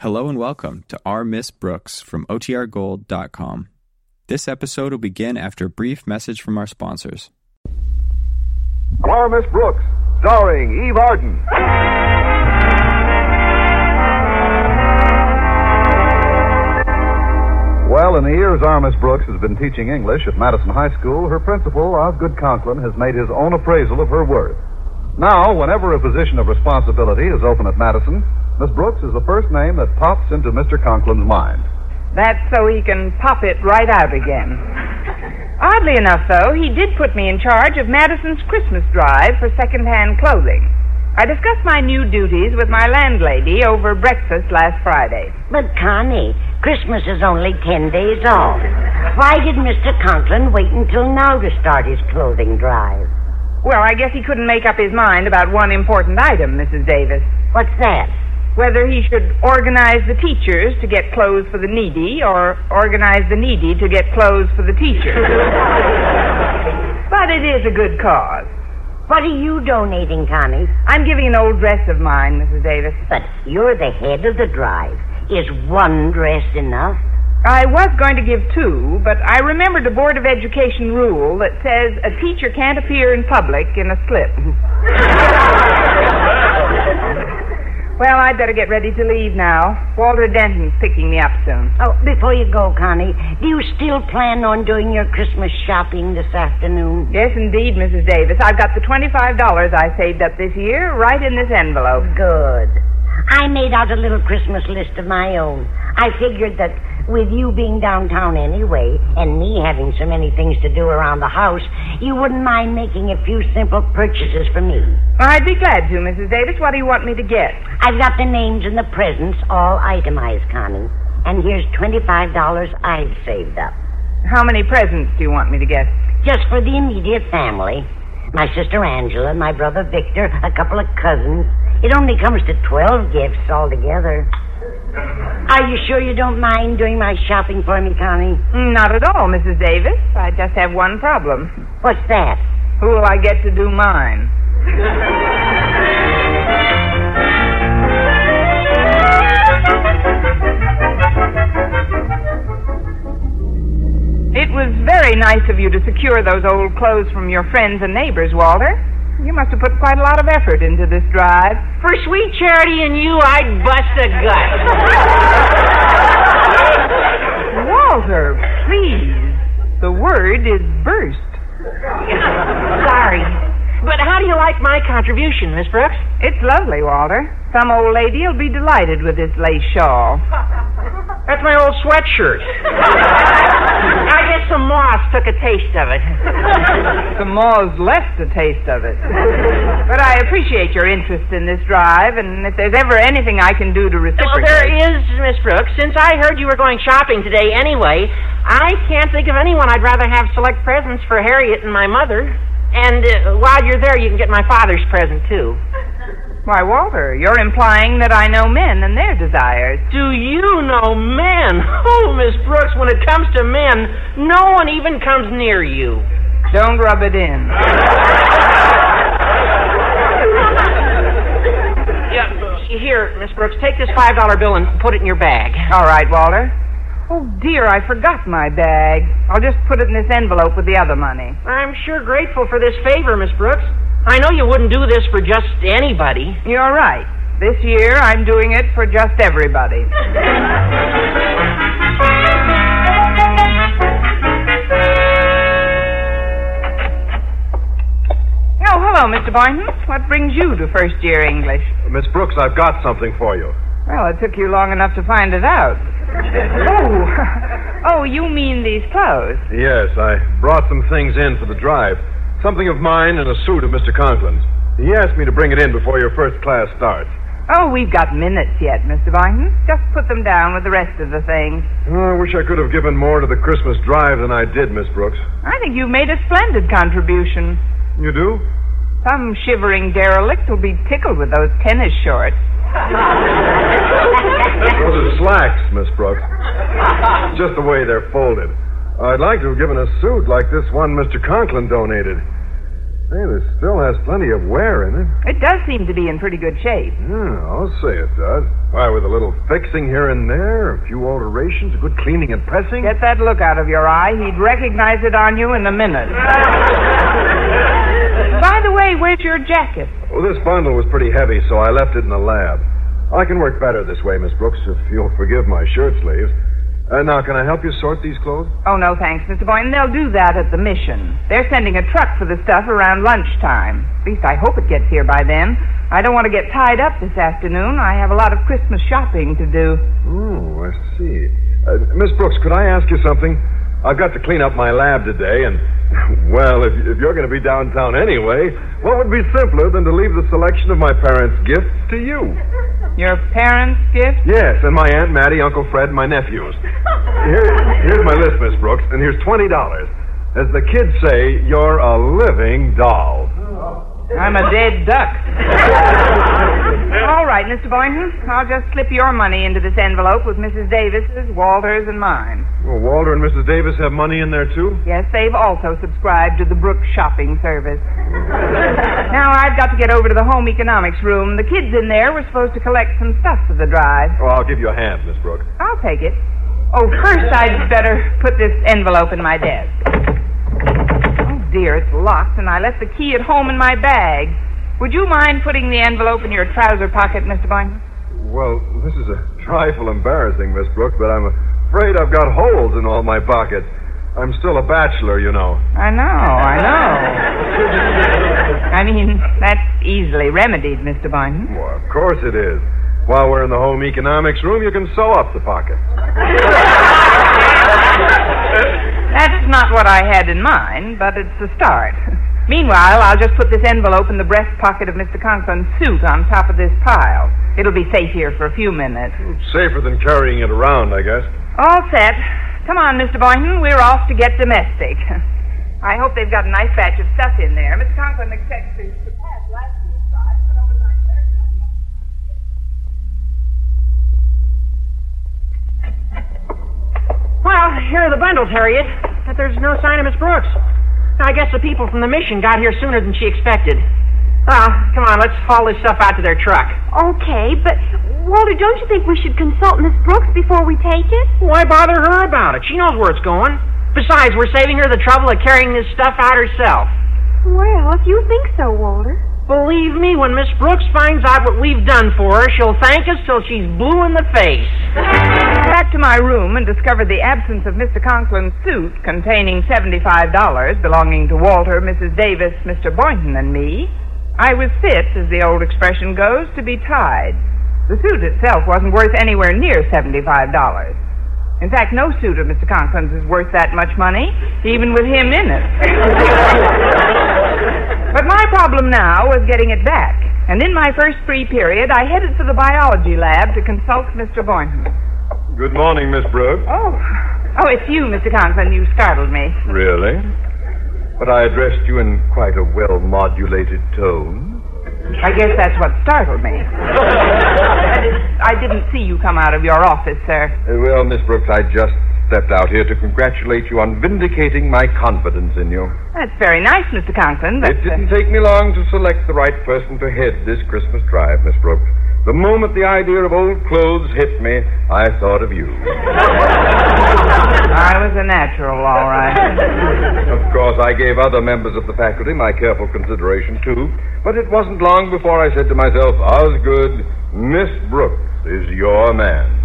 Hello and welcome to Our Miss Brooks from OTRGold.com. This episode will begin after a brief message from our sponsors. Our Miss Brooks, starring Eve Arden. Well, in the years Our Miss Brooks has been teaching English at Madison High School, her principal, Osgood Conklin, has made his own appraisal of her worth. Now, whenever a position of responsibility is open at Madison, Miss Brooks is the first name that pops into Mr. Conklin's mind. That's so he can pop it right out again. Oddly enough, though, he did put me in charge of Madison's Christmas drive for secondhand clothing. I discussed my new duties with my landlady over breakfast last Friday. But, Connie, Christmas is only ten days off. Why did Mr. Conklin wait until now to start his clothing drive? Well, I guess he couldn't make up his mind about one important item, Mrs. Davis. What's that? Whether he should organize the teachers to get clothes for the needy or organize the needy to get clothes for the teachers. but it is a good cause. What are you donating, Connie? I'm giving an old dress of mine, Mrs. Davis. But you're the head of the drive. Is one dress enough? I was going to give two, but I remembered a Board of Education rule that says a teacher can't appear in public in a slip. well, I'd better get ready to leave now. Walter Denton's picking me up soon. Oh, before you go, Connie, do you still plan on doing your Christmas shopping this afternoon? Yes, indeed, Mrs. Davis. I've got the $25 I saved up this year right in this envelope. Good. I made out a little Christmas list of my own. I figured that with you being downtown anyway, and me having so many things to do around the house, you wouldn't mind making a few simple purchases for me. I'd be glad to, Mrs. Davis. What do you want me to get? I've got the names and the presents all itemized, Connie. And here's $25 I've saved up. How many presents do you want me to get? Just for the immediate family. My sister Angela, my brother Victor, a couple of cousins. It only comes to 12 gifts altogether. Are you sure you don't mind doing my shopping for me, Connie? Mm, Not at all, Mrs. Davis. I just have one problem. What's that? Who will I get to do mine? It was very nice of you to secure those old clothes from your friends and neighbors, Walter. You must have put quite a lot of effort into this drive. For sweet charity and you, I'd bust a gut. Walter, please. The word is burst. Sorry. But how do you like my contribution, Miss Brooks? It's lovely, Walter. Some old lady'll be delighted with this lace shawl. That's my old sweatshirt. I guess some moss took a taste of it. The moths left a taste of it. But I appreciate your interest in this drive, and if there's ever anything I can do to Well, reciprocate. there is, Miss Brooks. Since I heard you were going shopping today anyway, I can't think of anyone I'd rather have select presents for Harriet and my mother. And uh, while you're there, you can get my father's present, too. Why, Walter, you're implying that I know men and their desires. Do you know men? Oh, Miss Brooks, when it comes to men, no one even comes near you. Don't rub it in. Yeah, here, Miss Brooks, take this five dollar bill and put it in your bag. All right, Walter. Oh, dear, I forgot my bag. I'll just put it in this envelope with the other money. I'm sure grateful for this favor, Miss Brooks. I know you wouldn't do this for just anybody. You're right. This year, I'm doing it for just everybody. Oh, hello, Mr. Boynton. What brings you to first year English? Miss Brooks, I've got something for you. Well, it took you long enough to find it out. Oh, oh, you mean these clothes? Yes, I brought some things in for the drive. Something of mine and a suit of Mr. Conklin's. He asked me to bring it in before your first class starts. Oh, we've got minutes yet, Mr. Boynton. Just put them down with the rest of the things. Oh, I wish I could have given more to the Christmas drive than I did, Miss Brooks. I think you've made a splendid contribution. You do? Some shivering derelict will be tickled with those tennis shorts. Those are slacks, Miss Brooks. Just the way they're folded. I'd like to have given a suit like this one Mr. Conklin donated. Hey, this still has plenty of wear in it. It does seem to be in pretty good shape. Yeah, I'll say it does. Why, with a little fixing here and there, a few alterations, good cleaning and pressing. Get that look out of your eye. He'd recognize it on you in a minute. By the way, where's your jacket? Well, this bundle was pretty heavy, so I left it in the lab. I can work better this way, Miss Brooks, if you'll forgive my shirt sleeves. Uh, now, can I help you sort these clothes? Oh, no, thanks, Mr. Boynton. They'll do that at the mission. They're sending a truck for the stuff around lunchtime. At least I hope it gets here by then. I don't want to get tied up this afternoon. I have a lot of Christmas shopping to do. Oh, I see. Uh, Miss Brooks, could I ask you something? I've got to clean up my lab today, and, well, if, if you're going to be downtown anyway, what would be simpler than to leave the selection of my parents' gifts to you? Your parents' gift? Yes, and my Aunt Mattie, Uncle Fred, and my nephews. Here, here's my list, Miss Brooks, and here's $20. As the kids say, you're a living doll. I'm a dead duck. All right, Mr. Boynton. I'll just slip your money into this envelope with Mrs. Davis's, Walter's, and mine. Well, Walter and Mrs. Davis have money in there, too? Yes, they've also subscribed to the Brooks shopping service. now I've got to get over to the home economics room. The kids in there were supposed to collect some stuff for the drive. Oh, I'll give you a hand, Miss Brooks. I'll take it. Oh, first I'd better put this envelope in my desk. Oh, dear, it's locked, and I left the key at home in my bag. Would you mind putting the envelope in your trouser pocket, Mr. Boynton? Well, this is a trifle embarrassing, Miss Brooks, but I'm afraid I've got holes in all my pockets. I'm still a bachelor, you know. I know, I know. I mean, that's easily remedied, Mr. Boynton. Well, of course it is. While we're in the home economics room, you can sew up the pockets. That's not what I had in mind, but it's a start. Meanwhile, I'll just put this envelope in the breast pocket of Mr. Conklin's suit on top of this pile. It'll be safe here for a few minutes. Safer than carrying it around, I guess. All set. Come on, Mr. Boynton. We're off to get domestic. I hope they've got a nice batch of stuff in there. Mr. Conklin expects to to pass last year's drive, but only by 30. Well, here are the bundles, Harriet. But there's no sign of Miss Brooks. I guess the people from the mission got here sooner than she expected. Ah, come on, let's haul this stuff out to their truck. Okay, but Walter, don't you think we should consult Miss Brooks before we take it? Why bother her about it? She knows where it's going. Besides, we're saving her the trouble of carrying this stuff out herself. Well, if you think so, Walter. Believe me, when Miss Brooks finds out what we've done for her, she'll thank us till she's blue in the face. Back to my room and discovered the absence of Mr. Conklin's suit containing $75 belonging to Walter, Mrs. Davis, Mr. Boynton, and me. I was fit, as the old expression goes, to be tied. The suit itself wasn't worth anywhere near $75. In fact, no suit of Mr. Conklin's is worth that much money, even with him in it. But my problem now was getting it back. And in my first free period, I headed for the biology lab to consult Mr. Boynton. Good morning, Miss Brooks. Oh. Oh, it's you, Mr. Conklin. You startled me. Really? But I addressed you in quite a well modulated tone. I guess that's what startled me. I, did, I didn't see you come out of your office, sir. Uh, well, Miss Brooks, I just stepped out here to congratulate you on vindicating my confidence in you. That's very nice, Mr. Conklin, but... It uh, didn't take me long to select the right person to head this Christmas drive, Miss Brooks. The moment the idea of old clothes hit me, I thought of you. uh, I was a natural, all right. Of course, I gave other members of the faculty my careful consideration, too. But it wasn't long before I said to myself, Osgood, Miss Brooks is your man.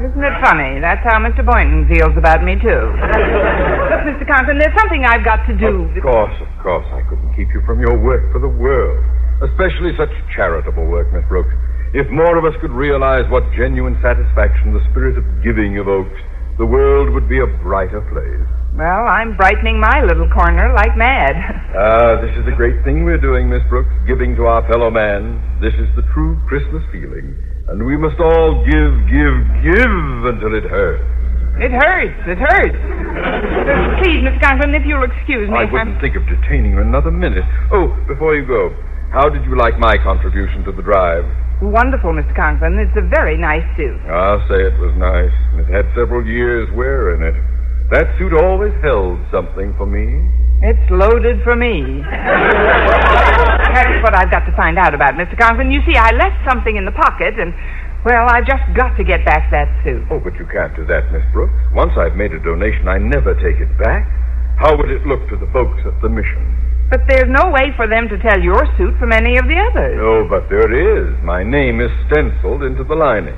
Isn't it funny? That's how Mr. Boynton feels about me, too. Look, Mr. Conklin, there's something I've got to do. Of course, of course, I couldn't keep you from your work for the world. Especially such charitable work, Miss Brooks. If more of us could realize what genuine satisfaction the spirit of giving evokes, the world would be a brighter place. Well, I'm brightening my little corner like mad. Ah, this is the great thing we're doing, Miss Brooks, giving to our fellow man. This is the true Christmas feeling. And we must all give, give, give until it hurts. It hurts. It hurts. Please, Mr. Conklin, if you'll excuse me. I if I'm- wouldn't think of detaining you another minute. Oh, before you go, how did you like my contribution to the drive? Wonderful, Mr. Conklin. It's a very nice suit. I'll Ah, say it was nice. and It had several years' wear in it. That suit always held something for me. It's loaded for me. That's what I've got to find out about, Mr. Conklin. You see, I left something in the pocket, and, well, I've just got to get back that suit. Oh, but you can't do that, Miss Brooks. Once I've made a donation, I never take it back. How would it look to the folks at the mission? But there's no way for them to tell your suit from any of the others. No, Oh, but there is. My name is stenciled into the lining.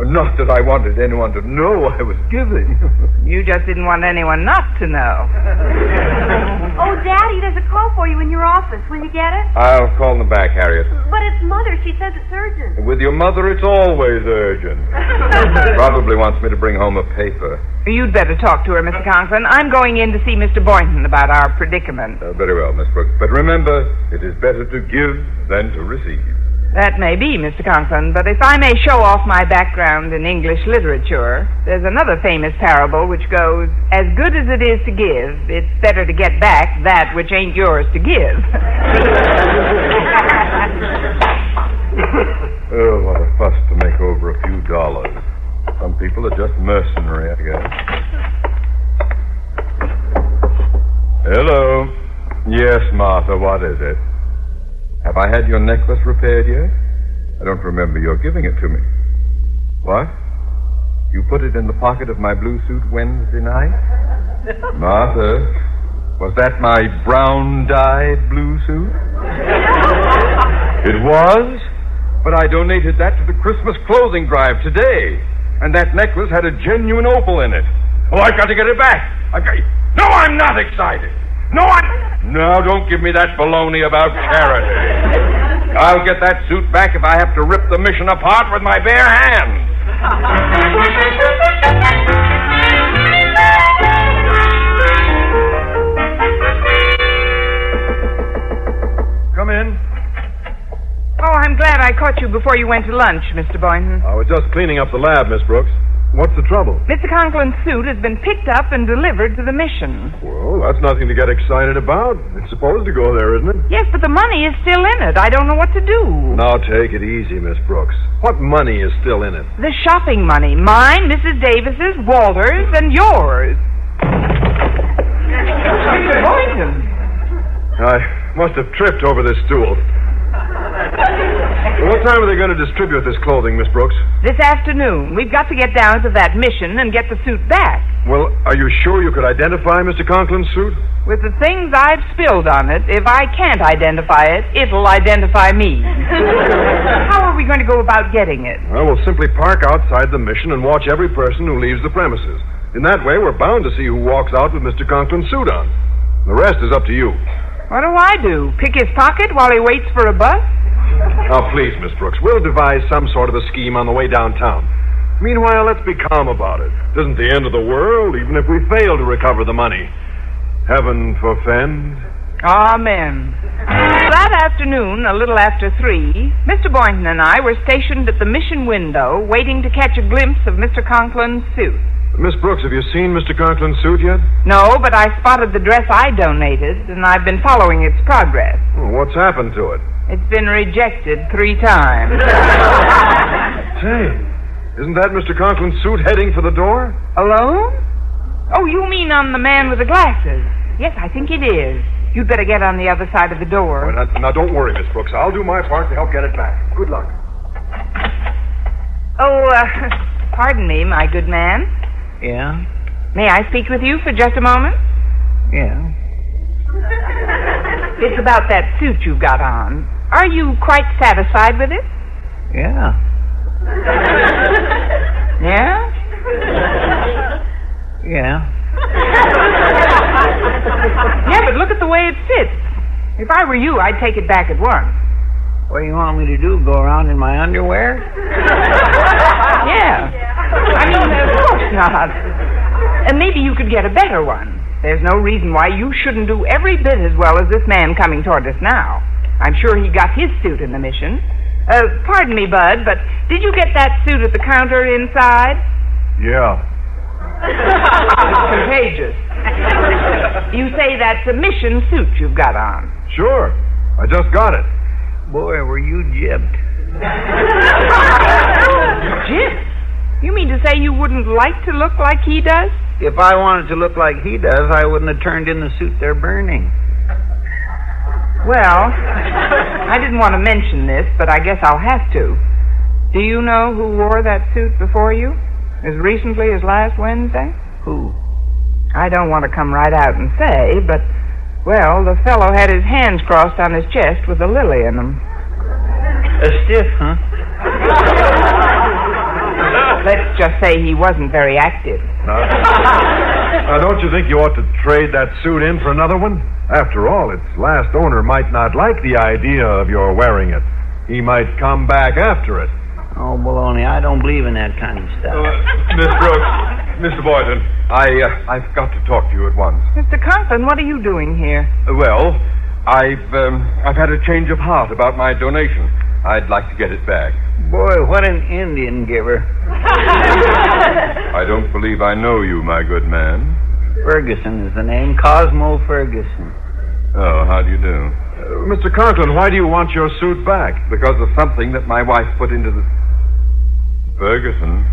Not that I wanted anyone to know I was giving. You just didn't want anyone not to know. Oh, Daddy, there's a call for you in your office. Will you get it? I'll call them back, Harriet. But it's Mother. She says it's urgent. With your mother, it's always urgent. Probably wants me to bring home a paper. You'd better talk to her, Mr. Conklin. I'm going in to see Mr. Boynton about our predicament. Uh, very well, Miss Brooks. But remember, it is better to give than to receive. That may be, Mr. Conklin, but if I may show off my background in English literature, there's another famous parable which goes, As good as it is to give, it's better to get back that which ain't yours to give. Oh, what a fuss to make over a few dollars. Some people are just mercenary, I guess. Hello. Yes, Martha, what is it? Have I had your necklace repaired yet? I don't remember your giving it to me. What? You put it in the pocket of my blue suit Wednesday night? Martha, was that my brown dyed blue suit? It was, but I donated that to the Christmas clothing drive today. And that necklace had a genuine opal in it. Oh, I've got to get it back. I've got. No, I'm not excited. No, I'm. No, don't give me that baloney about charity. I'll get that suit back if I have to rip the mission apart with my bare hands. Come in. Oh, I'm glad I caught you before you went to lunch, Mr. Boynton. I was just cleaning up the lab, Miss Brooks. What's the trouble? Mr. Conklin's suit has been picked up and delivered to the mission. Well, that's nothing to get excited about. It's supposed to go there, isn't it? Yes, but the money is still in it. I don't know what to do. Now take it easy, Miss Brooks. What money is still in it? The shopping money. Mine, Mrs. Davis's, Walter's, and yours. Mr. Boynton. I must have tripped over this stool. what time are they going to distribute this clothing, Miss Brooks? This afternoon, we've got to get down to that mission and get the suit back. Well, are you sure you could identify Mr. Conklin's suit? With the things I've spilled on it, if I can't identify it, it'll identify me. How are we going to go about getting it? I will simply park outside the mission and watch every person who leaves the premises. In that way, we're bound to see who walks out with Mr. Conklin's suit on. The rest is up to you. What do I do? Pick his pocket while he waits for a bus? Now, please, Miss Brooks, we'll devise some sort of a scheme on the way downtown. Meanwhile, let's be calm about it. It isn't the end of the world, even if we fail to recover the money. Heaven forfend. Amen. That afternoon, a little after three, Mr. Boynton and I were stationed at the mission window waiting to catch a glimpse of Mr. Conklin's suit. Miss Brooks, have you seen Mr. Conklin's suit yet? No, but I spotted the dress I donated, and I've been following its progress. Oh, What's happened to it? It's been rejected three times. Say, isn't that Mr. Conklin's suit heading for the door? Alone? Oh, you mean on the man with the glasses? Yes, I think it is. You'd better get on the other side of the Well, door. now, now, don't worry, Miss Brooks. I'll do my part to help get it back. Good luck. Oh, uh, pardon me, my good man. Yeah? May I speak with you for just a moment? Yeah. It's about that suit you've got on. Are you quite satisfied with it? Yeah. Yeah? Yeah. Yeah, but look at the way it fits. If I were you, I'd take it back at once. What do you want me to do? Go around in my underwear? Yeah. I mean, of course not. And maybe you could get a better one. There's no reason why you shouldn't do every bit as well as this man coming toward us now. I'm sure he got his suit in the mission. Uh, pardon me, Bud, but did you get that suit at the counter inside? Yeah. It's contagious. You say that's a mission suit you've got on. Sure. I just got it. Boy, were you jibbed. Jim, you mean to say you wouldn't like to look like he does? If I wanted to look like he does, I wouldn't have turned in the suit they're burning. Well, I didn't want to mention this, but I guess I'll have to. Do you know who wore that suit before you? As recently as last Wednesday? Who? I don't want to come right out and say, but, well, the fellow had his hands crossed on his chest with a lily in them. A stiff, huh? Let's just say he wasn't very active. Now, don't you think you ought to trade that suit in for another one? After all, its last owner might not like the idea of your wearing it. He might come back after it. Oh, baloney. I don't believe in that kind of stuff. Uh, Miss Brooks, Mr. Boyden, I, uh, I've got to talk to you at once. Mr. Conklin, what are you doing here? Uh, Well, I've, um, I've had a change of heart about my donation. I'd like to get it back. Boy, what an Indian giver. I don't believe I know you, my good man. Ferguson is the name. Cosmo Ferguson. Oh, how do you do? Mr. Conklin, Uh, why do you want your suit back? Because of something that my wife put into the. Ferguson?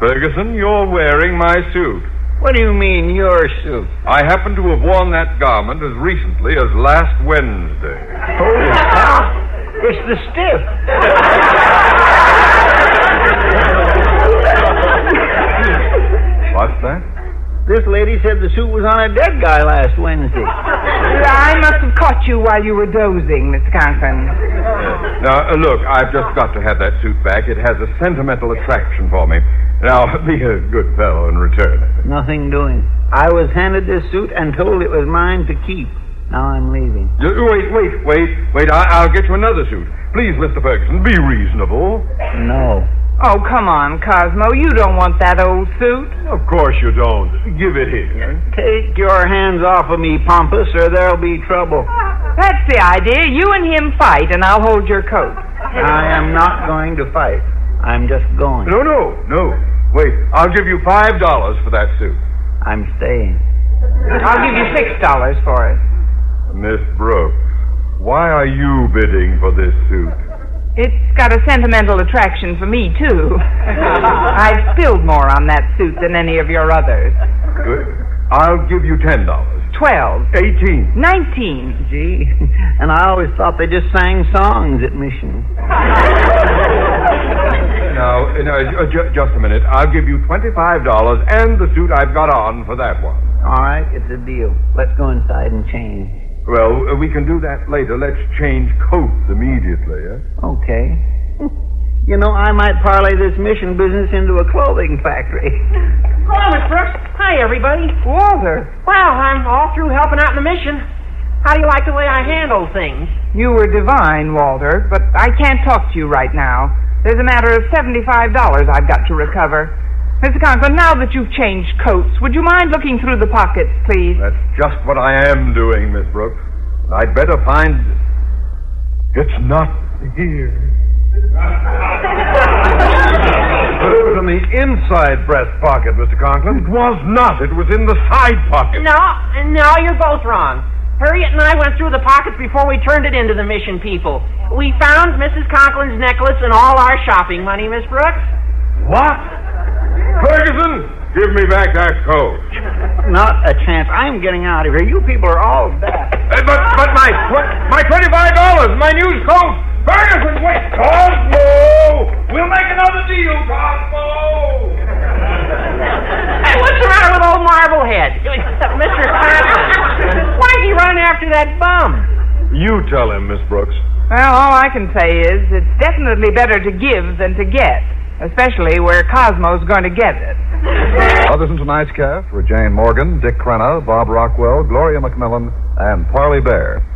Ferguson, you're wearing my suit. What do you mean, your suit? I happen to have worn that garment as recently as last Wednesday. It's the stiff. What's that? This lady said the suit was on a dead guy last Wednesday. I must have caught you while you were dozing, Mr. Conklin. Now, uh, look, I've just got to have that suit back. It has a sentimental attraction for me. Now, be a good fellow and return it. Nothing doing. I was handed this suit and told it was mine to keep. Now I'm leaving. Uh, Wait, wait, wait, wait. I- I'll get you another suit. Please, Mr. Ferguson, be reasonable. No. Oh, come on, Cosmo. You don't want that old suit. Of course you don't. Give it here. Take your hands off of me, Pompous, or there'll be trouble. That's the idea. You and him fight, and I'll hold your coat. I am not going to fight. I'm just going. No, no, no. Wait, I'll give you five dollars for that suit. I'm staying. I'll give you six dollars for it. Miss Brooks, why are you bidding for this suit? It's got a sentimental attraction for me, too. I've spilled more on that suit than any of your others. Good. I'll give you ten dollars. Twelve. Eighteen. Nineteen. Gee, and I always thought they just sang songs at Mission. Now, now ju- ju- just a minute. I'll give you twenty-five dollars and the suit I've got on for that one. All right, it's a deal. Let's go inside and change. Well, uh, we can do that later. Let's change coats immediately. Eh? Okay. You know, I might parlay this mission business into a clothing factory. Hello, Miss Brooks. Hi, everybody. Walter, Well, I'm all through helping out in the mission. How do you like the way I handle things? you were divine, Walter, but I can't talk to you right now. There's a matter of seventy-five dollars I've got to recover. Mr. Conklin, now that you've changed coats, would you mind looking through the pockets, please? That's just what I am doing, Miss Brooks. I'd better find. It's not here. but it was in the inside breast pocket, Mr. Conklin. It was not. It was in the side pocket. No, no, you're both wrong. Harriet and I went through the pockets before we turned it into the mission people. We found Mrs. Conklin's necklace and all our shopping money, Miss Brooks. What? Ferguson, give me back that coat. Not a chance. I'm getting out of here. You people are all bad. Uh, but but my tw- my twenty-five dollars, my new coat. Ferguson, wait, Cosmo. We'll make another deal, Cosmo. Hey, what's the matter with old Marblehead? Mr. Conklin, why'd he run after that bum? You tell him, Miss Brooks. Well, all I can say is it's definitely better to give than to get, especially where Cosmo's going to get it. Others in tonight's cast were Jane Morgan, Dick Crenna, Bob Rockwell, Gloria McMillan, and Parley Bear.